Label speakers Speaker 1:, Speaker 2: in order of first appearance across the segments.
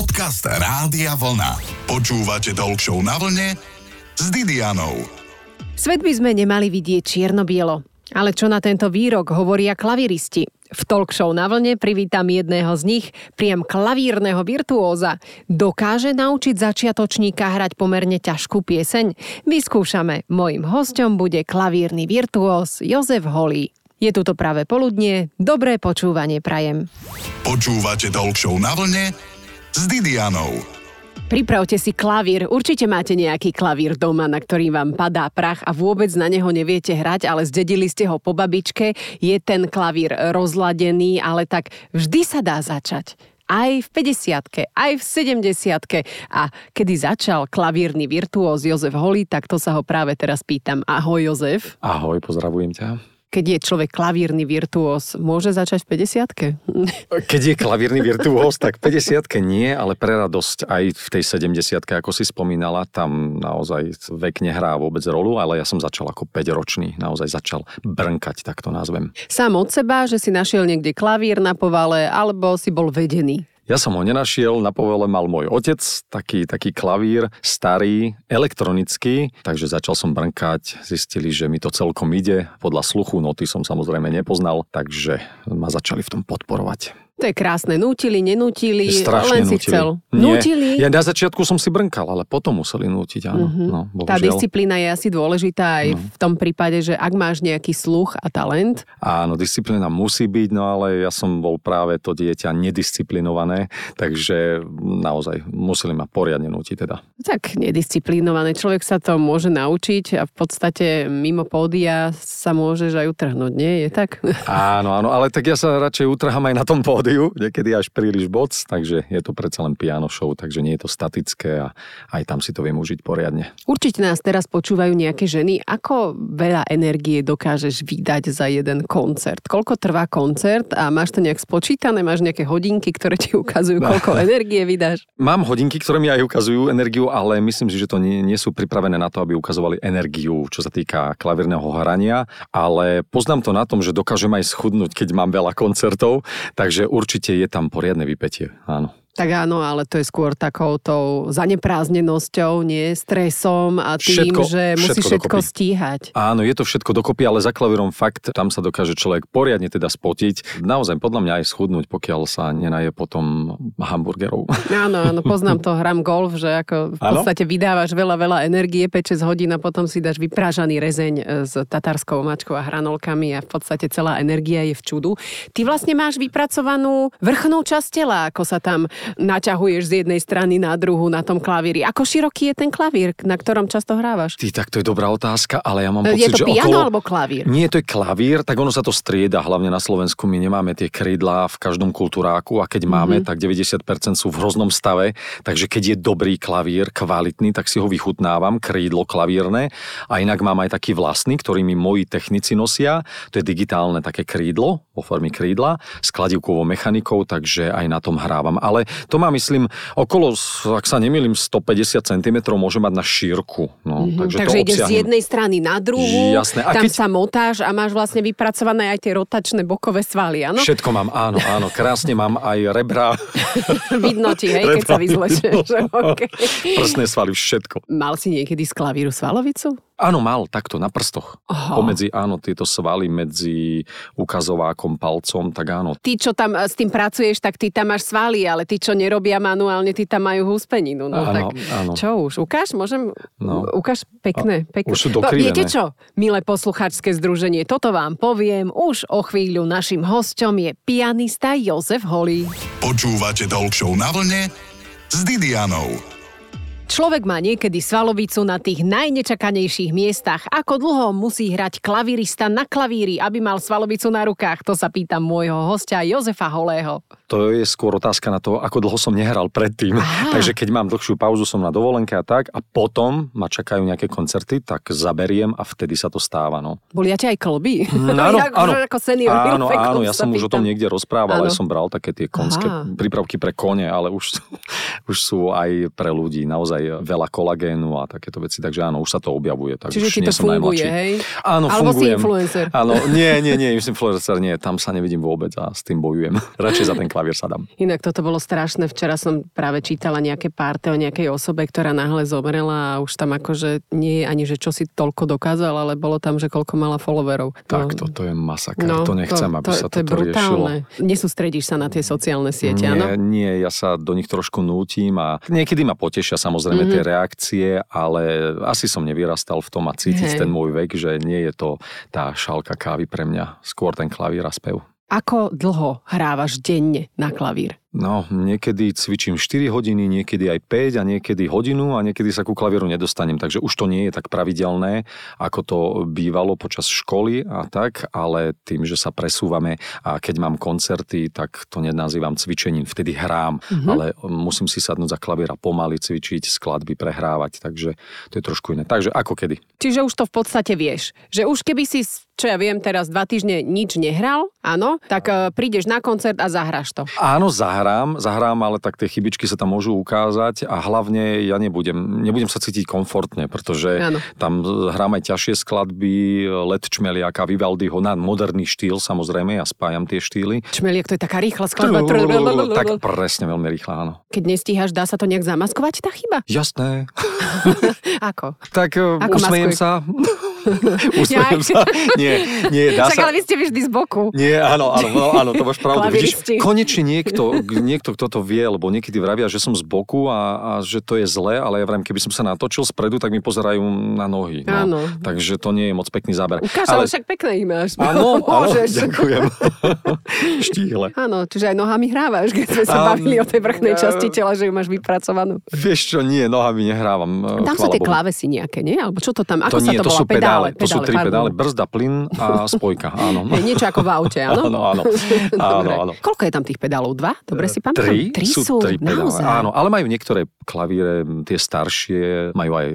Speaker 1: podcast Rádia Vlna. Počúvate talk show na vlne s Didianou.
Speaker 2: Svet by sme nemali vidieť čierno-bielo. Ale čo na tento výrok hovoria klaviristi? V talk show na vlne privítam jedného z nich, priam klavírneho virtuóza. Dokáže naučiť začiatočníka hrať pomerne ťažkú pieseň? Vyskúšame. Mojím hostom bude klavírny virtuóz Jozef Holý. Je tu to práve poludnie, dobré počúvanie prajem.
Speaker 1: Počúvate talk show na vlne s Didianou.
Speaker 2: Pripravte si klavír. Určite máte nejaký klavír doma, na ktorý vám padá prach a vôbec na neho neviete hrať, ale zdedili ste ho po babičke. Je ten klavír rozladený, ale tak vždy sa dá začať. Aj v 50 aj v 70 A kedy začal klavírny virtuóz Jozef Holý, tak to sa ho práve teraz pýtam. Ahoj Jozef.
Speaker 3: Ahoj, pozdravujem ťa.
Speaker 2: Keď je človek klavírny virtuóz, môže začať v 50
Speaker 3: Keď je klavírny virtuóz, tak 50 nie, ale pre radosť aj v tej 70 ako si spomínala, tam naozaj vek nehrá vôbec rolu, ale ja som začal ako 5-ročný, naozaj začal brnkať, tak to nazvem.
Speaker 2: Sám od seba, že si našiel niekde klavír na povale, alebo si bol vedený.
Speaker 3: Ja som ho nenašiel, na povele mal môj otec, taký, taký klavír, starý, elektronický, takže začal som brnkať, zistili, že mi to celkom ide, podľa sluchu noty som samozrejme nepoznal, takže ma začali v tom podporovať.
Speaker 2: To je krásne. Nútili, nenútili,
Speaker 3: Strašne
Speaker 2: len si
Speaker 3: nútili.
Speaker 2: chcel.
Speaker 3: Nie.
Speaker 2: Nútili.
Speaker 3: Ja na začiatku som si brnkal, ale potom museli nútiť, áno.
Speaker 2: Mhm.
Speaker 3: No,
Speaker 2: Tá
Speaker 3: bohužiaľ. No.
Speaker 2: disciplína je asi dôležitá aj v tom prípade, že ak máš nejaký sluch a talent,
Speaker 3: Áno, disciplína musí byť, no ale ja som bol práve to dieťa nedisciplinované, takže naozaj museli ma poriadne nútiť teda.
Speaker 2: tak nedisciplinované. Človek sa to môže naučiť a v podstate mimo pódia sa môžeš aj utrhnúť, nie? Je tak?
Speaker 3: Áno, áno, ale tak ja sa radšej utrhám aj na tom pódiu, niekedy až príliš boc, takže je to predsa len piano show, takže nie je to statické a aj tam si to viem užiť poriadne.
Speaker 2: Určite nás teraz počúvajú nejaké ženy. Ako veľa energie dokážeš vydať za jeden koncert? Koľko trvá koncert a máš to nejak spočítané? Máš nejaké hodinky, ktoré ti ukazujú, koľko energie vydáš?
Speaker 3: Mám hodinky, ktoré mi aj ukazujú energiu, ale myslím si, že to nie, nie sú pripravené na to, aby ukazovali energiu, čo sa týka klavírneho hrania, ale poznám to na tom, že dokážem aj schudnúť, keď mám veľa koncertov, takže určite je tam poriadne vypetie, áno.
Speaker 2: Tak áno, ale to je skôr takou tou zanepráznenosťou, nie? Stresom a tým,
Speaker 3: Všetko-
Speaker 2: že musíš
Speaker 3: všetko
Speaker 2: všetko,
Speaker 3: dokopy.
Speaker 2: stíhať.
Speaker 3: Áno, je to všetko dokopy, ale za klavírom fakt tam sa dokáže človek poriadne teda spotiť. Naozaj podľa mňa aj schudnúť, pokiaľ sa nenaje potom hamburgerov.
Speaker 2: Áno, áno, poznám to, hrám golf, že ako v
Speaker 3: Áno?
Speaker 2: podstate vydávaš veľa, veľa energie, 5-6 hodín a potom si dáš vyprážaný rezeň e, s tatarskou mačkou a hranolkami a v podstate celá energia je v čudu. Ty vlastne máš vypracovanú vrchnú časť tela, ako sa tam naťahuješ z jednej strany na druhú na tom klavíri. Ako široký je ten klavír, na ktorom často hrávaš?
Speaker 3: Ty, tak to je dobrá otázka, ale ja mám
Speaker 2: Je
Speaker 3: pocit,
Speaker 2: to
Speaker 3: že
Speaker 2: piano
Speaker 3: okolo...
Speaker 2: alebo klavír?
Speaker 3: Nie, to je klavír, tak ono sa to strieda. Hlavne na Slovensku my nemáme tie krídla v každom kultúráku a keď máme,
Speaker 2: Mhm.
Speaker 3: tak 90% sú v hroznom stave. Takže keď je dobrý klavír, kvalitný, tak si ho vychutnávam, krídlo klavírne. A inak mám aj taký vlastný, ktorý mi moji technici nosia. To je digitálne také krídlo, vo forme krídla, s kladivkovou mechanikou, takže aj na tom hrávam. Ale to má, myslím, okolo, ak sa nemýlim, 150 cm môže mať na šírku. No,
Speaker 2: Mhm,
Speaker 3: takže,
Speaker 2: Takže
Speaker 3: to
Speaker 2: ideš z
Speaker 3: obsiahnem.
Speaker 2: jednej strany na druhú,
Speaker 3: Jasné, a
Speaker 2: tam
Speaker 3: keď-
Speaker 2: sa motáš a máš vlastne vypracované aj tie rotačné bokové svaly, áno?
Speaker 3: Všetko mám, áno, áno. Krásne mám aj rebra,
Speaker 2: Vidno ti, hej, keď sa
Speaker 3: Repa-
Speaker 2: vyzlečieš. Okay.
Speaker 3: prsné svaly, všetko.
Speaker 2: Mal si niekedy z klavíru svalovicu?
Speaker 3: Áno, mal takto, na prstoch.
Speaker 2: Aha.
Speaker 3: Pomedzi, áno, tieto svaly medzi ukazovákom, palcom, tak áno.
Speaker 2: Ty, čo tam e, s tým pracuješ, tak ty tam máš svaly, ale ty, čo nerobia manuálne, ty tam majú húspeninu. No,
Speaker 3: Áno,
Speaker 2: tak,
Speaker 3: áno.
Speaker 2: Čo už, ukáž? Môžem?
Speaker 3: No.
Speaker 2: Ukáž pekné. pekné.
Speaker 3: už sú
Speaker 2: No,
Speaker 3: dokrivené.
Speaker 2: Viete čo, milé posluchačské združenie, toto vám poviem. Už o chvíľu našim hosťom je pianista Jozef Holý.
Speaker 1: Počúvate talk show na vlne s Didianou.
Speaker 2: Človek má niekedy svalovicu na tých najnečakanejších miestach. Ako dlho musí hrať klavirista na klavíri, aby mal svalovicu na rukách? To sa pýtam môjho hostia Jozefa Holého.
Speaker 3: To je skôr otázka na to, ako dlho som nehral predtým.
Speaker 2: Aha.
Speaker 3: Takže keď mám dlhšiu pauzu, som na dovolenke a tak, a potom ma čakajú nejaké koncerty, tak zaberiem a vtedy sa to stáva. No.
Speaker 2: Bolia ťa aj klby?
Speaker 3: Mm, Áno,
Speaker 2: ja,
Speaker 3: áno.
Speaker 2: Ako senior,
Speaker 3: áno,
Speaker 2: Milfe,
Speaker 3: áno,
Speaker 2: klub
Speaker 3: ja
Speaker 2: sa
Speaker 3: som už o tom
Speaker 2: pýtam.
Speaker 3: niekde rozprával,
Speaker 2: Áno.
Speaker 3: ja som bral také tie konské
Speaker 2: Aha.
Speaker 3: prípravky pre kone, ale už, sú- už sú aj pre ľudí naozaj veľa kolagénu a takéto veci, takže áno, už sa to objavuje. Tak
Speaker 2: Čiže
Speaker 3: už
Speaker 2: ti
Speaker 3: nie
Speaker 2: to
Speaker 3: som
Speaker 2: funguje,
Speaker 3: najmladší.
Speaker 2: hej?
Speaker 3: Áno,
Speaker 2: Alebo si
Speaker 3: fungujem.
Speaker 2: influencer.
Speaker 3: Áno, nie, nie, nie, už influencer nie, tam sa nevidím vôbec a s tým bojujem. Radšej za ten klavír sa dám.
Speaker 2: Inak toto bolo strašné. Včera som práve čítala nejaké párte o nejakej osobe, ktorá náhle zomrela a už tam akože nie je ani, že čo si toľko dokázal, ale bolo tam, že koľko mala followerov.
Speaker 3: Tak toto je masaker. No, to nechcem, aby sa
Speaker 2: No. to, to je
Speaker 3: toto riešilo.
Speaker 2: brutálne. Nesústredíš sa na tie sociálne siete, áno?
Speaker 3: Nie, nie, ja sa do nich trošku nútim a niekedy ma potešia samozrejme mm-hmm. tie
Speaker 2: Mhm.
Speaker 3: reakcie, ale asi som nevyrastal v tom a cítiť
Speaker 2: Hej.
Speaker 3: hey. ten môj vek, že nie je to tá šálka kávy pre mňa, skôr ten klavír a spev.
Speaker 2: Ako dlho hrávaš denne na klavír?
Speaker 3: No, niekedy cvičím 4 hodiny, niekedy aj 5 a niekedy hodinu a niekedy sa ku klavíru nedostanem, takže už to nie je tak pravidelné, ako to bývalo počas školy a tak, ale tým, že sa presúvame a keď mám koncerty, tak to nenazývam cvičením, vtedy hrám, mm-hmm. ale musím si sadnúť za klavíra pomaly cvičiť, skladby prehrávať, takže to je trošku iné. Takže ako kedy?
Speaker 2: Čiže už to v podstate vieš. Že už keby si, čo ja viem, teraz dva týždne nič nehral, áno, tak e, prídeš na koncert a zahráš to.
Speaker 3: Áno, zahrám, zahrám, ale tak tie chybičky sa tam môžu ukázať a hlavne ja nebudem, nebudem sa cítiť komfortne, pretože
Speaker 2: Áno.
Speaker 3: áno. tam hrám aj ťažšie skladby, Let Čmeliaka, Vivaldiho, na moderný štýl samozrejme, ja spájam tie štýly.
Speaker 2: Čmeliak, to je taká rýchla skladba.
Speaker 3: Tak presne, veľmi rýchla, áno.
Speaker 2: Keď nestíhaš, dá sa to nejak zamaskovať, tá chyba?
Speaker 3: Jasné.
Speaker 2: Ako?
Speaker 3: Tak Ako
Speaker 2: Ako
Speaker 3: usmejem
Speaker 2: maskuj.
Speaker 3: sa. usmejem
Speaker 2: Jaj.
Speaker 3: sa. Nie, nie, dá
Speaker 2: Však
Speaker 3: sa.
Speaker 2: ale vy ste vždy z boku.
Speaker 3: Nie, áno, áno, no, áno, to máš pravdu.
Speaker 2: Klaviristi.
Speaker 3: Vidíš, konečne niekto, k- niekto, kto to vie, lebo niekedy vravia, že som z boku a, a že to je zlé, ale ja vravím, keby som sa natočil spredu, tak mi pozerajú na nohy. No.
Speaker 2: Áno.
Speaker 3: Takže to nie je moc pekný záber.
Speaker 2: Ukáž, ale však pekné imáš.
Speaker 3: Áno, áno,
Speaker 2: Môžeš.
Speaker 3: ďakujem. Štíhle.
Speaker 2: Áno, čiže aj nohami hrávaš, keď sme sa
Speaker 3: Áno.
Speaker 2: bavili o tej vrchnej
Speaker 3: Ja-
Speaker 2: časti tela, že ju máš vypracovanú.
Speaker 3: Vieš čo, nie, nohami nehrávam.
Speaker 2: Tam
Speaker 3: Tam
Speaker 2: sú tie klávesy nejaké, nie? Alebo čo to tam? Ako
Speaker 3: No, To
Speaker 2: sa
Speaker 3: nie,
Speaker 2: to,
Speaker 3: to
Speaker 2: volá?
Speaker 3: sú pedále.
Speaker 2: pedále
Speaker 3: To sú tri
Speaker 2: pardon.
Speaker 3: pedále. Brzda, plyn a spojka, áno.
Speaker 2: Hej, niečo ako v aute, áno?
Speaker 3: No, Áno, áno.
Speaker 2: Dobre.
Speaker 3: Áno, áno.
Speaker 2: Koľko je tam tých pedálov? Dva? Dobre si pamätám.
Speaker 3: Tri, sú tri pedále,
Speaker 2: naozaj.
Speaker 3: áno, ale majú niektoré klavíre, m, tie staršie, majú aj e,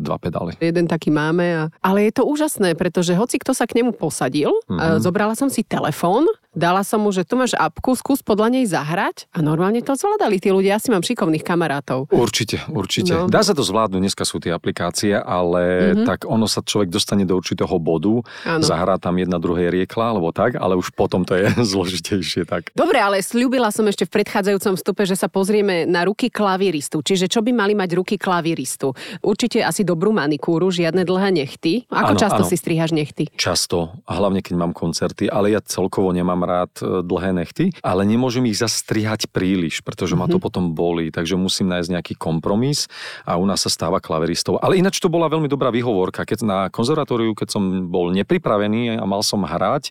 Speaker 3: dva pedály.
Speaker 2: Jeden taký máme. A... Ale je to úžasné, pretože hoci kto sa k nemu posadil,
Speaker 3: Mhm.
Speaker 2: mm-hmm. zobrala som si telefón, dala som mu, že tu máš apku, skús podľa nej zahrať a normálne to zvládali tí ľudia. Ja si mám šikovných kamarátov.
Speaker 3: Určite, určite.
Speaker 2: No. Mhm.
Speaker 3: No. Dá sa to zvládnuť, dneska sú tie aplikácie, ale mm-hmm. tak ono sa človek dostane do určitého bodu,
Speaker 2: Áno.
Speaker 3: ano. zahrá tam jedna druhej riekla, alebo tak, ale už potom to je zložitejšie tak.
Speaker 2: Dobre, ale slúbila som ešte v predchádzajúcom vstupe, že sa pozrieme na ruky klaviristu. Čiže čo by mali mať ruky klaviristu? Určite asi dobrú manikúru, žiadne dlhé nechty. Ako
Speaker 3: Áno,
Speaker 2: často
Speaker 3: áno.
Speaker 2: si strihaš nechty?
Speaker 3: Často, a hlavne keď mám koncerty, ale ja celkovo nemám rád e, dlhé nechty, ale nemôžem ich zastrihať príliš, pretože ma to
Speaker 2: Mhm.
Speaker 3: potom bolí, takže musím nájsť nejaký kompromis a u nás sa stáva klaveristov. Ale ináč to bola veľmi dobrá výhovorka, keď na konzervatóriu, keď som bol nepripravený a mal som hrať,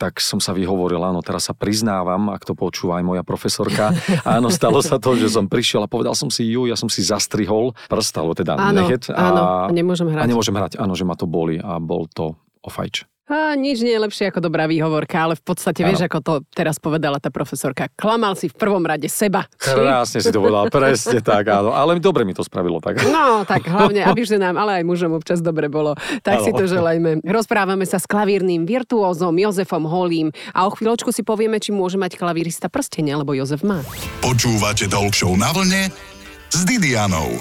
Speaker 3: tak som sa vyhovoril, áno, teraz sa priznávam, ak to počúva aj moja profesorka. Áno, stalo sa to, že som prišiel a povedal som si, ju, ja som si zastrihol prst, alebo teda
Speaker 2: Áno,
Speaker 3: nechet.
Speaker 2: áno, a nemôžem hrať.
Speaker 3: A nemôžem hrať, áno, že ma to boli a bol to ofajč.
Speaker 2: A nič nie je lepšie ako dobrá výhovorka, ale v podstate vieš, ako to teraz povedala tá profesorka. Klamal si v prvom rade seba.
Speaker 3: Krásne si to povedala, presne tak, áno. Ale dobre mi to spravilo tak.
Speaker 2: No, tak hlavne, aby že nám, ale aj mužom občas dobre bolo. Tak
Speaker 3: Áno.
Speaker 2: si to želajme. Rozprávame sa s klavírnym virtuózom Jozefom Holím a o chvíľočku si povieme, či môže mať klavírista prstenie, alebo Jozef má.
Speaker 1: Počúvate Talk Show na vlne s Didianou.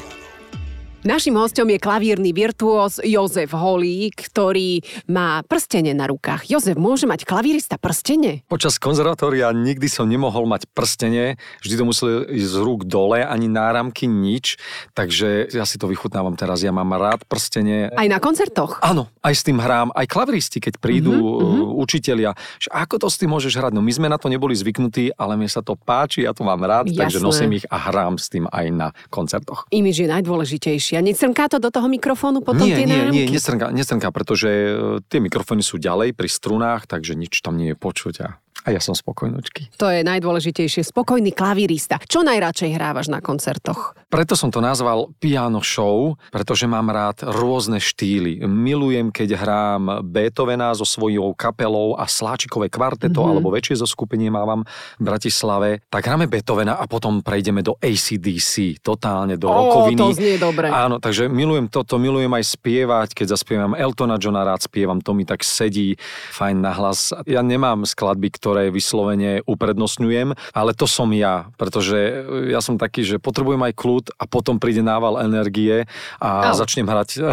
Speaker 2: Našim hostom je klavírny virtuóz Jozef Holí, ktorý má prstenie na rukách. Jozef, môže mať klavírista prstenie?
Speaker 3: Počas konzervatória nikdy som nemohol mať prstenie, vždy to muselo ísť z rúk dole, ani náramky, nič. Takže ja si to vychutnávam teraz, ja mám rád prstenie.
Speaker 2: Aj na koncertoch?
Speaker 3: Áno, aj s tým hrám, aj klaviristi, keď prídu
Speaker 2: Mhm,
Speaker 3: uh-huh, učitelia, že ako to s tým môžeš hrať? No my sme na to neboli zvyknutí, ale mne sa to páči, ja to mám rád,
Speaker 2: Jasné.
Speaker 3: takže nosím ich a hrám s tým aj na koncertoch.
Speaker 2: Imiž je najdôležitejšie. A Necrnká to do toho mikrofónu potom
Speaker 3: nie,
Speaker 2: tie
Speaker 3: nie,
Speaker 2: náramky?
Speaker 3: nie, nestrnká, nestrnká, pretože e, tie mikrofóny sú ďalej pri strunách, takže nič tam nie je počuť a, a ja som spokojnočky.
Speaker 2: To je najdôležitejšie. Spokojný klavírista. Čo najradšej hrávaš na koncertoch?
Speaker 3: Preto som to nazval piano show, pretože mám rád rôzne štýly. Milujem, keď hrám Beethovena so svojou kapelou a Sláčikové
Speaker 2: Mhm.
Speaker 3: kvarteto, mm-hmm. alebo väčšie zo skupenie mávam v Bratislave. Tak hráme Beethovena a potom prejdeme do ACDC, totálne do
Speaker 2: Ó,
Speaker 3: rokoviny.
Speaker 2: to znie dobre.
Speaker 3: Áno, takže milujem toto, milujem aj spievať, keď zaspievam Eltona Johna rád spievam, to mi tak sedí fajn na hlas. Ja nemám skladby, ktoré vyslovene uprednostňujem, ale to som ja, pretože ja som taký, že potrebujem aj kľud a potom príde nával energie a
Speaker 2: Au.
Speaker 3: Au. začnem hrať.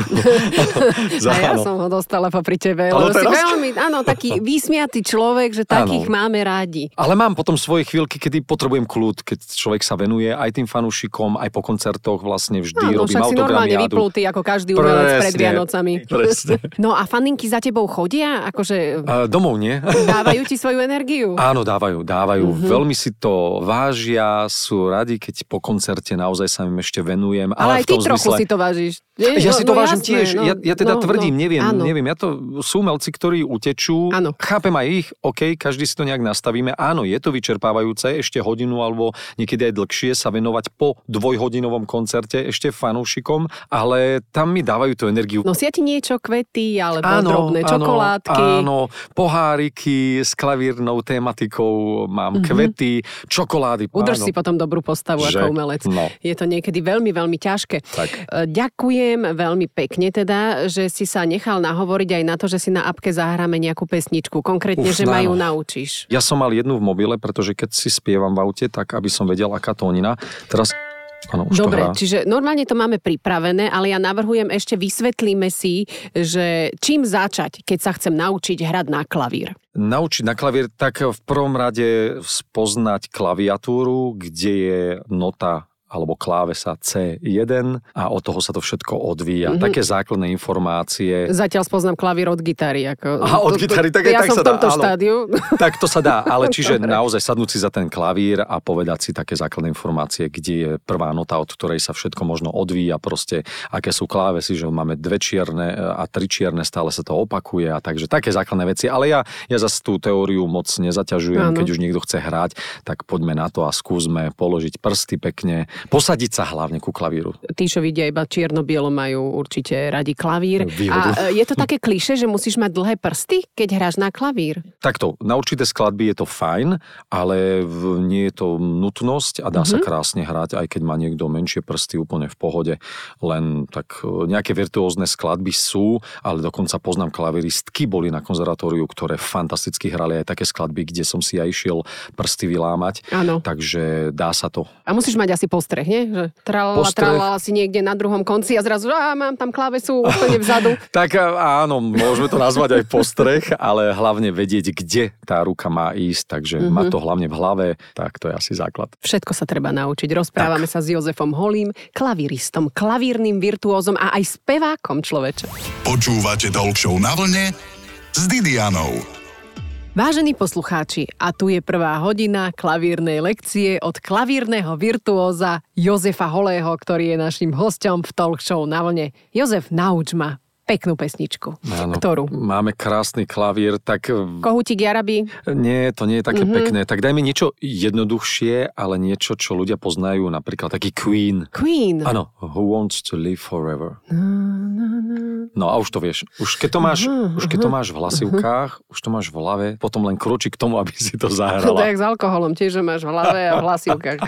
Speaker 2: A ja
Speaker 3: áno.
Speaker 2: som ho dostala popri tebe.
Speaker 3: Áno,
Speaker 2: Lebo si
Speaker 3: teraz?
Speaker 2: veľmi, áno, taký vysmiatý človek, že takých máme rádi.
Speaker 3: Ale mám potom svoje chvíľky, kedy potrebujem kľud, keď človek sa venuje aj tým fanúšikom, aj po koncertoch vlastne vždy
Speaker 2: Áno, No,
Speaker 3: robím
Speaker 2: však si normálne
Speaker 3: autogramiádu.
Speaker 2: vyplutý, ako každý umelec pred
Speaker 3: Presne,
Speaker 2: Vianocami.
Speaker 3: presne.
Speaker 2: No a faninky za tebou chodia? Akože
Speaker 3: A Domov nie?
Speaker 2: dávajú ti svoju energiu?
Speaker 3: Áno, dávajú, dávajú.
Speaker 2: Mhm.
Speaker 3: Mm-hmm. Veľmi si to vážia, sú radi, keď po koncerte naozaj sa im ešte venujem.
Speaker 2: Ale aj
Speaker 3: v
Speaker 2: ty
Speaker 3: tom
Speaker 2: trochu
Speaker 3: zmysle,
Speaker 2: si to vážiš. vieš? no,
Speaker 3: Ja si to vážim
Speaker 2: jasné, No,
Speaker 3: tiež. ja, ja teda tvrdím, neviem,
Speaker 2: áno.
Speaker 3: neviem. Ja to sú umelci, ktorí utečú.
Speaker 2: Áno.
Speaker 3: Chápem aj ich, OK, každý si to nejak nastavíme. Áno, je to vyčerpávajúce ešte hodinu alebo niekedy aj dlhšie sa venovať po dvojhodinovom koncerte ešte fanúšikom, ale tam mi dávajú tú energiu.
Speaker 2: Nosia ti niečo, kvety alebo drobné čokoládky?
Speaker 3: Áno, poháriky s klavírnou tematikou, mám mm-hmm. kvety, čokolády.
Speaker 2: Mhm. Udrž
Speaker 3: áno.
Speaker 2: si potom dobrú postavu
Speaker 3: Že?
Speaker 2: ako umelec.
Speaker 3: No.
Speaker 2: Je to niekedy veľmi, veľmi ťažké.
Speaker 3: Tak.
Speaker 2: E, Ďakujem veľmi pekne teda, že si sa nechal nahovoriť aj na to, že si na apke zahráme nejakú pesničku. Konkrétne,
Speaker 3: Uf,
Speaker 2: že ma ju
Speaker 3: áno.
Speaker 2: naučíš.
Speaker 3: Ja som mal jednu v mobile, pretože keď si spievam v aute, tak aby som vedel, aká tónina. Teraz, áno, už
Speaker 2: Dobre,
Speaker 3: to hrá.
Speaker 2: čiže normálne to máme pripravené, ale ja navrhujem ešte vysvetlíme si, že čím začať, keď sa chcem naučiť hrať na klavír.
Speaker 3: Naučiť na klavír, tak v prvom rade spoznať klaviatúru, kde je nota alebo klávesa C1 a od toho sa to všetko odvíja.
Speaker 2: Mhm.
Speaker 3: Mm-hmm. Také základné informácie.
Speaker 2: Zatiaľ spoznám klavír od gitary. Ako,
Speaker 3: Aha, od gitary, tak aj
Speaker 2: ja
Speaker 3: tak
Speaker 2: som
Speaker 3: sa
Speaker 2: v tomto
Speaker 3: dá, áno.
Speaker 2: štádiu.
Speaker 3: Tak to sa dá, ale čiže naozaj sadnúť si za ten klavír a povedať si také základné informácie, kde je prvá nota, od ktorej sa všetko možno odvíja, proste aké sú klávesy, že máme dve čierne e, a tri čierne, stále sa to opakuje a takže také základné veci. Ale ja, ja zase tú teóriu moc nezaťažujem,
Speaker 2: Áno.
Speaker 3: keď už niekto chce hrať, tak poďme na to a skúsme položiť prsty pekne, posadiť sa hlavne ku klavíru.
Speaker 2: Tí, čo vidia iba čierno-bielo, majú určite radi klavír.
Speaker 3: Výhodu.
Speaker 2: A e, je to také kliše, že musíš mať dlhé prsty, keď hráš na klavír.
Speaker 3: Takto, na určité skladby je to fajn, ale v, nie je to nutnosť a dá mm-hmm. sa krásne hrať, aj keď má niekto menšie prsty úplne v pohode. Len tak e, nejaké virtuózne skladby sú, ale dokonca poznám klaviristky, boli na konzervatóriu, ktoré fantasticky hrali aj také skladby, kde som si aj išiel prsty vylámať.
Speaker 2: Áno.
Speaker 3: Takže dá sa to.
Speaker 2: A musíš mať asi postreh, nie? Že tralala,
Speaker 3: Postreh.
Speaker 2: tralala si niekde na druhom konci a zrazu, a mám tam klávesu úplne vzadu.
Speaker 3: Tak e, áno, môžeme to nazvať aj postreh, ale hlavne vedieť, kde tá ruka má ísť, takže mm-hmm. má to hlavne v hlave, tak to je asi základ.
Speaker 2: Všetko sa treba naučiť. Rozprávame tak. sa s Jozefom Holím, klavíristom, klavírnym virtuózom a aj spevákom človeče.
Speaker 1: Počúvate Talk Show na vlne s Didianou.
Speaker 2: Vážení poslucháči, a tu je prvá hodina klavírnej lekcie od klavírneho virtuóza Jozefa Holého, ktorý je našim hosťom v talk show na vlne. Jozef, nauč ma peknú pesničku. Ktorú?
Speaker 3: Máme krásny klavír, tak e,
Speaker 2: Kohutík Jarabi.
Speaker 3: nie, to nie je
Speaker 2: Mhm.
Speaker 3: také mm-hmm. pekné. Tak dajme niečo jednoduchšie, ale niečo, čo ľudia poznajú, napríklad taký Queen.
Speaker 2: Queen.
Speaker 3: Áno, Who Wants to Live Forever. No a už to vieš. Už keď to máš, už keď to máš v hlasivkách, už to máš v hlave, potom len kročí k tomu, aby si to
Speaker 2: To je
Speaker 3: zahrala.
Speaker 2: jak s alkoholom, tiež že máš v hlave a v hlasivkách.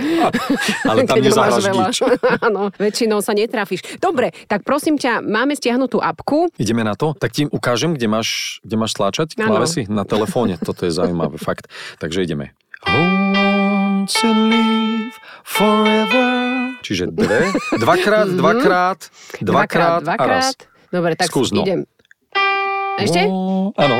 Speaker 3: Ale tam
Speaker 2: Keď ho máš
Speaker 3: nezahráš
Speaker 2: veľa.
Speaker 3: nič.
Speaker 2: Áno, väčšinou sa netrafíš. Dobre, tak prosím ťa, máme stiahnutú apku.
Speaker 3: Ideme na to? Tak ti ukážem, kde máš, kde máš tlačať
Speaker 2: Áno.
Speaker 3: klávesy na telefóne. Toto je zaujímavé, fakt. Takže ideme. Who wants to live forever? Čiže dve, dvakrát,
Speaker 2: Mhm.
Speaker 3: dvakrát, dvakrát, a raz.
Speaker 2: Dobre, tak
Speaker 3: Skús, no.
Speaker 2: idem. Ešte?
Speaker 3: Wo- Áno.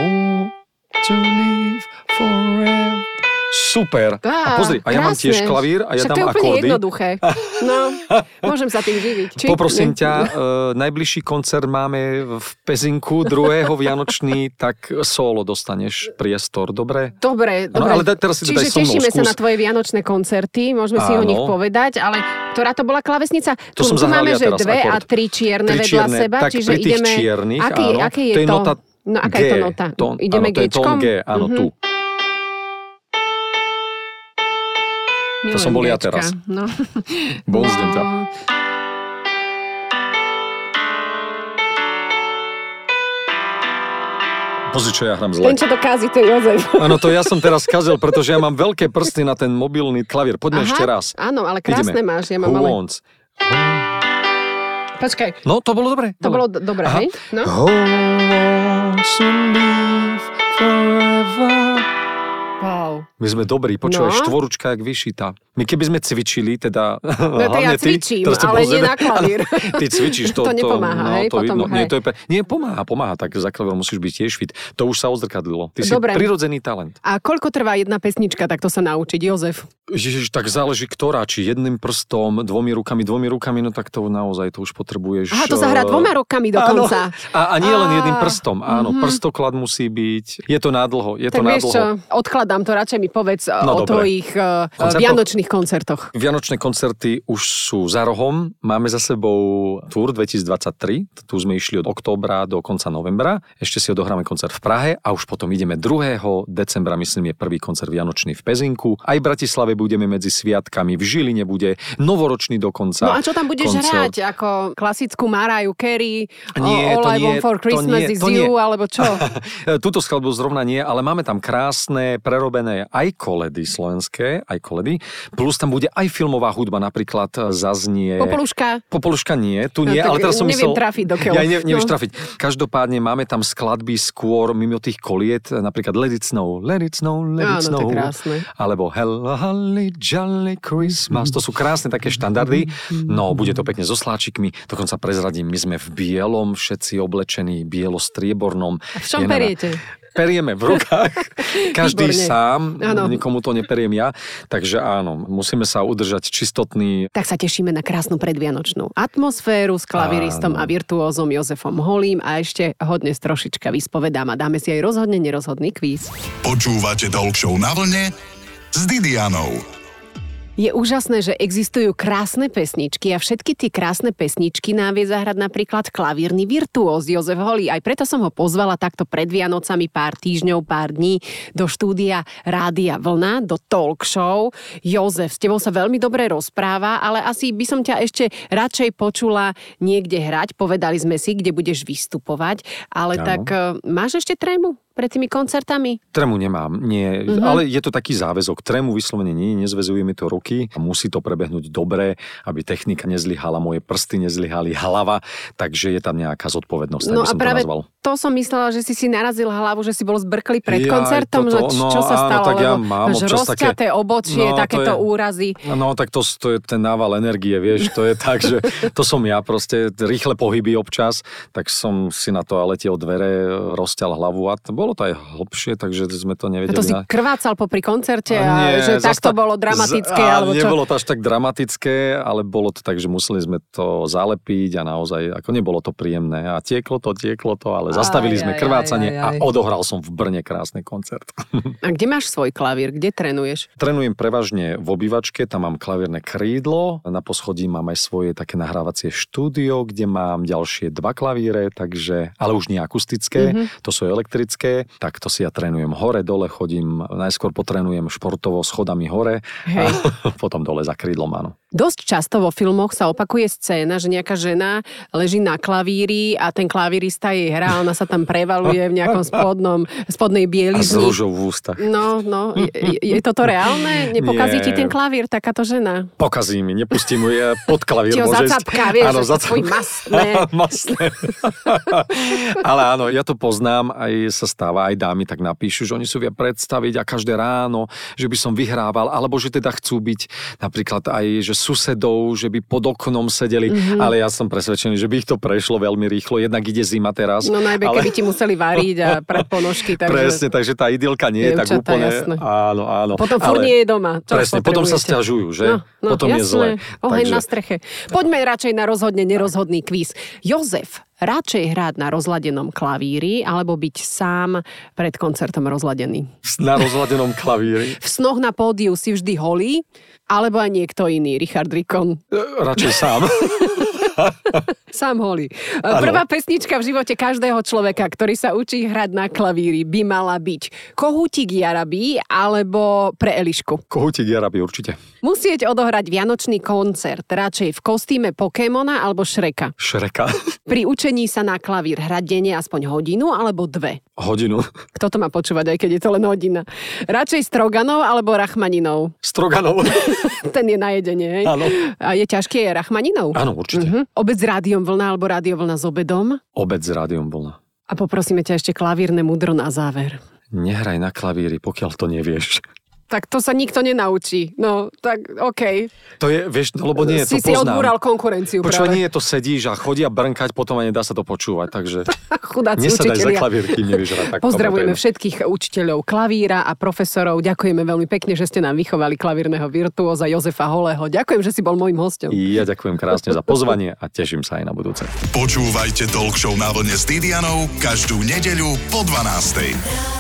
Speaker 3: To live forever. Super. A pozri, a ja mám tiež
Speaker 2: krásne.
Speaker 3: klavír a ja
Speaker 2: Však
Speaker 3: dám
Speaker 2: to je úplne
Speaker 3: akordy.
Speaker 2: jednoduché. No, môžem sa tým živiť. Či?
Speaker 3: Poprosím ťa, e, najbližší koncert máme v Pezinku, druhého Vianočný, tak solo dostaneš priestor, dobre?
Speaker 2: Dobre, dobre.
Speaker 3: ale daj- teraz si to
Speaker 2: Čiže
Speaker 3: daj so mnou,
Speaker 2: tešíme sa
Speaker 3: skús.
Speaker 2: na tvoje vianočné koncerty, môžeme si o
Speaker 3: Áno.
Speaker 2: nich povedať, ale ktorá to bola klavesnica? tu,
Speaker 3: To som
Speaker 2: tu
Speaker 3: zahral
Speaker 2: máme,
Speaker 3: ja
Speaker 2: že
Speaker 3: teraz
Speaker 2: dve a
Speaker 3: akord.
Speaker 2: tri čierne
Speaker 3: Tri
Speaker 2: vedľa
Speaker 3: čierne,
Speaker 2: seba,
Speaker 3: tak
Speaker 2: čiže
Speaker 3: pri tých
Speaker 2: ideme...
Speaker 3: čiernych,
Speaker 2: aký,
Speaker 3: áno,
Speaker 2: aké je
Speaker 3: to je nota
Speaker 2: No, aká
Speaker 3: G,
Speaker 2: je to nota?
Speaker 3: tón,
Speaker 2: Ideme
Speaker 3: áno, to je tón
Speaker 2: Gčkom?
Speaker 3: G, áno,
Speaker 2: Mhm.
Speaker 3: tu.
Speaker 2: Milujem
Speaker 3: som bol ja
Speaker 2: Gčka,
Speaker 3: teraz.
Speaker 2: No.
Speaker 3: Bonzdem ťa. Pozri, čo ja hrám
Speaker 2: Ten,
Speaker 3: zle.
Speaker 2: čo to kází, to je Jozef.
Speaker 3: Áno, to ja som teraz kazil, pretože ja mám veľké prsty na ten mobilný klavír.
Speaker 2: Aha,
Speaker 3: Poďme ešte raz.
Speaker 2: áno, ale krásne
Speaker 3: Ideme.
Speaker 2: máš, ja mám
Speaker 3: Who
Speaker 2: ale-
Speaker 3: wants?
Speaker 2: Počkaj,
Speaker 3: No, to bolo dobre.
Speaker 2: To bolo do- dobré,
Speaker 3: Aha.
Speaker 2: hej? No.
Speaker 3: Who wants to live forever?
Speaker 2: Wow.
Speaker 3: My sme dobrí, počúvaj,
Speaker 2: No.
Speaker 3: štvoručka jak vyšita. My keby sme cvičili, teda...
Speaker 2: No to ja
Speaker 3: hlavne ty,
Speaker 2: cvičím,
Speaker 3: teraz ťa
Speaker 2: ale nie
Speaker 3: pozrieme.
Speaker 2: na klavír.
Speaker 3: Áno, Ty cvičíš to.
Speaker 2: To nepomáha,
Speaker 3: no,
Speaker 2: hej,
Speaker 3: to
Speaker 2: potom,
Speaker 3: vidno. Nie,
Speaker 2: hej.
Speaker 3: to je pre... nie, pomáha, pomáha, tak za klavírom musíš byť tiež fit. To už sa odzrkadlilo. Ty
Speaker 2: Dobre.
Speaker 3: si prirodzený talent.
Speaker 2: A koľko trvá jedna pesnička, tak to sa naučiť, Jozef?
Speaker 3: Ježiš, tak záleží ktorá, či jedným prstom, dvomi rukami, dvomi rukami, no tak to naozaj, to už potrebuješ.
Speaker 2: Aha, to sa hrá
Speaker 3: eh,
Speaker 2: dvoma rokami
Speaker 3: Áno,
Speaker 2: dokonca.
Speaker 3: a, a nie len jedným
Speaker 2: Á,
Speaker 3: prstom, áno,
Speaker 2: mhm.
Speaker 3: prstoklad musí byť, je to nádlho, je
Speaker 2: Tak
Speaker 3: to
Speaker 2: vieš
Speaker 3: nádlho.
Speaker 2: čo, odkladám to, radšej mi povedz eh,
Speaker 3: No,
Speaker 2: o
Speaker 3: dobre.
Speaker 2: tvojich eh,
Speaker 3: Koncertoch?
Speaker 2: vianočných koncertoch.
Speaker 3: Vianočné koncerty už sú za rohom. Máme za sebou Tour 2023. Tu sme išli od októbra do konca novembra. Ešte si odohráme koncert v Prahe a už potom ideme 2. decembra, myslím, je prvý koncert Vianočný v Pezinku. Aj v Bratislave budeme medzi sviatkami, v Žiline bude novoročný dokonca.
Speaker 2: No a čo tam budeš
Speaker 3: koncert.
Speaker 2: hrať? Ako klasickú Mariah Carey, o-
Speaker 3: Nie,
Speaker 2: All
Speaker 3: to
Speaker 2: I
Speaker 3: nie,
Speaker 2: Want for
Speaker 3: to
Speaker 2: Christmas is
Speaker 3: nie, to nie.
Speaker 2: You, alebo čo?
Speaker 3: Tuto skladbu zrovna nie, ale máme tam krásne, prerobené aj koledy slovenské, aj koledy, plus tam bude aj filmová hudba, napríklad e, zaznie...
Speaker 2: Popoluška?
Speaker 3: Popoluška nie, tu
Speaker 2: No,
Speaker 3: nie,
Speaker 2: tak
Speaker 3: ale teraz som
Speaker 2: neviem
Speaker 3: myslel...
Speaker 2: trafiť do keľu.
Speaker 3: Ja aj ne, nevieš
Speaker 2: No.
Speaker 3: trafiť. Každopádne máme tam skladby skôr mimo tých koliet, napríklad Let it snow, Let it snow, Let it
Speaker 2: Áno, to
Speaker 3: snow.
Speaker 2: je krásne.
Speaker 3: Alebo Hello, Holly, Jolly Christmas. To sú krásne také štandardy. No, bude to pekne so sláčikmi. Dokonca prezradím, my sme v bielom, všetci oblečení bielo-striebornom.
Speaker 2: V čom periete?
Speaker 3: Perieme v rukách. Každý
Speaker 2: Výborne.
Speaker 3: sám,
Speaker 2: Áno.
Speaker 3: nikomu to neperiem ja. Takže áno, musíme sa udržať čistotný
Speaker 2: Tak sa tešíme na krásnu predvianočnú atmosféru s klaviristom
Speaker 3: Áno.
Speaker 2: a virtuózom Jozefom Holím a ešte ho dnes trošička vyspovedám a dáme si aj rozhodne nerozhodný kvíz.
Speaker 1: Počúvate Talk Show na vlne s Didianou.
Speaker 2: Je úžasné, že existujú krásne pesničky a všetky tie krásne pesničky nám vie zahrať napríklad klavírny virtuóz Jozef Holý. Aj preto som ho pozvala takto pred Vianocami pár týždňov, pár dní do štúdia Rádia Vlna, do talk show. Jozef, s tebou sa veľmi dobre rozpráva, ale asi by som ťa ešte radšej počula niekde hrať. Povedali sme si, kde budeš vystupovať, ale
Speaker 3: Áno.
Speaker 2: tak e, máš ešte trému pred tými koncertami?
Speaker 3: Tremu nemám, nie,
Speaker 2: Mhm.
Speaker 3: mm-hmm. ale je to taký záväzok. Tremu vyslovene nie, nezvezuje mi to ruky. Musí to prebehnúť dobre, aby technika nezlyhala, moje prsty nezlyhali, hlava, takže je tam nejaká zodpovednosť, tak by
Speaker 2: No a
Speaker 3: som
Speaker 2: práve
Speaker 3: to nazval.
Speaker 2: to som myslela, že si si narazil hlavu, že si bol zbrkli pred
Speaker 3: Jaj,
Speaker 2: koncertom,
Speaker 3: toto,
Speaker 2: že č-
Speaker 3: no
Speaker 2: čo sa
Speaker 3: áno,
Speaker 2: stalo,
Speaker 3: tak ja
Speaker 2: lebo
Speaker 3: mám
Speaker 2: máš
Speaker 3: občas
Speaker 2: rozťaté
Speaker 3: také-
Speaker 2: obočie,
Speaker 3: no, to
Speaker 2: takéto
Speaker 3: je-
Speaker 2: úrazy.
Speaker 3: No tak to, to je ten nával energie, vieš, to je tak, že to som ja proste, rýchle pohyby občas, tak som si na toalete od dvere e, rozťal hlavu a to, bolo to aj hlbšie, takže sme to
Speaker 2: A
Speaker 3: nevedeli.
Speaker 2: to si
Speaker 3: na-
Speaker 2: krvácal popri koncerte,
Speaker 3: A
Speaker 2: a
Speaker 3: nie,
Speaker 2: že
Speaker 3: zas
Speaker 2: takto
Speaker 3: tak-
Speaker 2: bolo dramatické,
Speaker 3: z- a
Speaker 2: alebo čo?
Speaker 3: Nebolo to až tak dramatické, ale bolo to tak, že museli sme to zalepiť a naozaj, ako nebolo to príjemné. A tieklo to, tieklo to, ale zastavili
Speaker 2: Aj,
Speaker 3: sme
Speaker 2: aj,
Speaker 3: krvácanie
Speaker 2: aj, aj, aj.
Speaker 3: a odohral som v Brne krásny koncert.
Speaker 2: A kde máš svoj klavír, kde trénuješ?
Speaker 3: Trénujem prevažne v obývačke, tam mám klavierne krídlo, na poschodí mám aj svoje také nahrávacie štúdio, kde mám ďalšie dva klavíre, takže, ale už nie
Speaker 2: Mhm.
Speaker 3: akustické, mm-hmm. to sú elektrické, tak to si ja trénujem hore, dole chodím, najskôr potrénujem športovo schodami hore
Speaker 2: Hej.
Speaker 3: a potom dole za krídlom, áno.
Speaker 2: Dosť často vo filmoch sa opakuje scéna, že nejaká žena leží na klavíri a ten klavírista jej hrá, ona sa tam prevaluje v nejakom spodnom, spodnej
Speaker 3: A s
Speaker 2: bielizni.
Speaker 3: rúžou v ústach.
Speaker 2: No, no, je, je toto reálne? Nepokazí ti
Speaker 3: Nie.
Speaker 2: ten klavír takáto žena?
Speaker 3: Pokazí mi, nepustí mu je pod klavír.
Speaker 2: Ti ho
Speaker 3: môže ísť.
Speaker 2: zacapká, vieš, že to
Speaker 3: zacap-
Speaker 2: tvoj mastné.
Speaker 3: mastné. Ale áno, ja to poznám, aj sa stáva, aj dámy tak napíšu, že oni sú vie predstaviť a každé ráno, že by som vyhrával, alebo že teda chcú byť napríklad aj, že susedov, že by pod oknom sedeli,
Speaker 2: Mhm.
Speaker 3: mm-hmm. ale ja som presvedčený, že by ich to prešlo veľmi rýchlo, jednak ide zima teraz.
Speaker 2: No najmä, ale...
Speaker 3: ale...
Speaker 2: keby ti museli variť a prať ponožky, takže...
Speaker 3: Presne, takže tá idylka nie je tak
Speaker 2: Dievčatá,
Speaker 3: úplne...
Speaker 2: jasné.
Speaker 3: Áno, áno.
Speaker 2: Potom furt
Speaker 3: ale-
Speaker 2: nie je doma. Čo
Speaker 3: Presne, potom
Speaker 2: potrebujete?
Speaker 3: sa sťažujú, že?
Speaker 2: No, no,
Speaker 3: potom
Speaker 2: jasné.
Speaker 3: je zle.
Speaker 2: Oheň na streche. Poďme radšej na rozhodne nerozhodný kvíz. Jozef, radšej hrať na rozladenom klavíri alebo byť sám pred koncertom rozladený?
Speaker 3: na rozladenom klavíri.
Speaker 2: V snoch na pódiu si vždy holý, alebo aj niekto iný, Richard Rikon.
Speaker 3: E, Radšej sám.
Speaker 2: Sám holý.
Speaker 3: Áno.
Speaker 2: Prvá pesnička v živote každého človeka, ktorý sa učí hrať na klavíri, by mala byť Kohútik Jarabí alebo pre Elišku.
Speaker 3: Kohútik Jarabí, určite.
Speaker 2: Musieť odohrať vianočný koncert, radšej v kostýme Pokémona alebo Šreka.
Speaker 3: Šreka.
Speaker 2: Pri učení sa na klavír hrať denne aspoň hodinu alebo dve.
Speaker 3: Hodinu.
Speaker 2: Kto to má počúvať, aj keď je to len hodina? Radšej Stroganov alebo Rachmaninov.
Speaker 3: Stroganov.
Speaker 2: Ten je na jedenie, hej?
Speaker 3: Áno.
Speaker 2: A je ťažké je Rachmaninov?
Speaker 3: Áno, určite.
Speaker 2: Mhm. Obec s rádiom vlna alebo rádio vlna s obedom?
Speaker 3: Obec s rádiom vlna.
Speaker 2: A poprosíme ťa ešte klavírne mudro na záver.
Speaker 3: nehraj na klavíri, pokiaľ to nevieš.
Speaker 2: Tak to sa nikto nenaučí. No, tak okej.
Speaker 3: To je, vieš, no, lebo nie,
Speaker 2: Si
Speaker 3: to
Speaker 2: si
Speaker 3: poznám.
Speaker 2: odbúral konkurenciu
Speaker 3: Počúva,
Speaker 2: práve.
Speaker 3: nie, to sedíš a chodia brnkať, potom a nedá sa to počúvať, takže
Speaker 2: Chudáci
Speaker 3: nesadaj za
Speaker 2: učitelia.
Speaker 3: klavír, kým nevieš hrať. Tak
Speaker 2: Pozdravujeme
Speaker 3: tomu to je.
Speaker 2: všetkých učiteľov klavíra a profesorov. Ďakujeme veľmi pekne, že ste nám vychovali klavírneho virtuóza Jozefa Holého. Ďakujem, že si bol môjim hostom.
Speaker 3: Ja ďakujem krásne za pozvanie a teším sa aj na budúce.
Speaker 1: Počúvajte Talk Show na vlne s Didianou každú nedeľu po 12.
Speaker 4: Rádio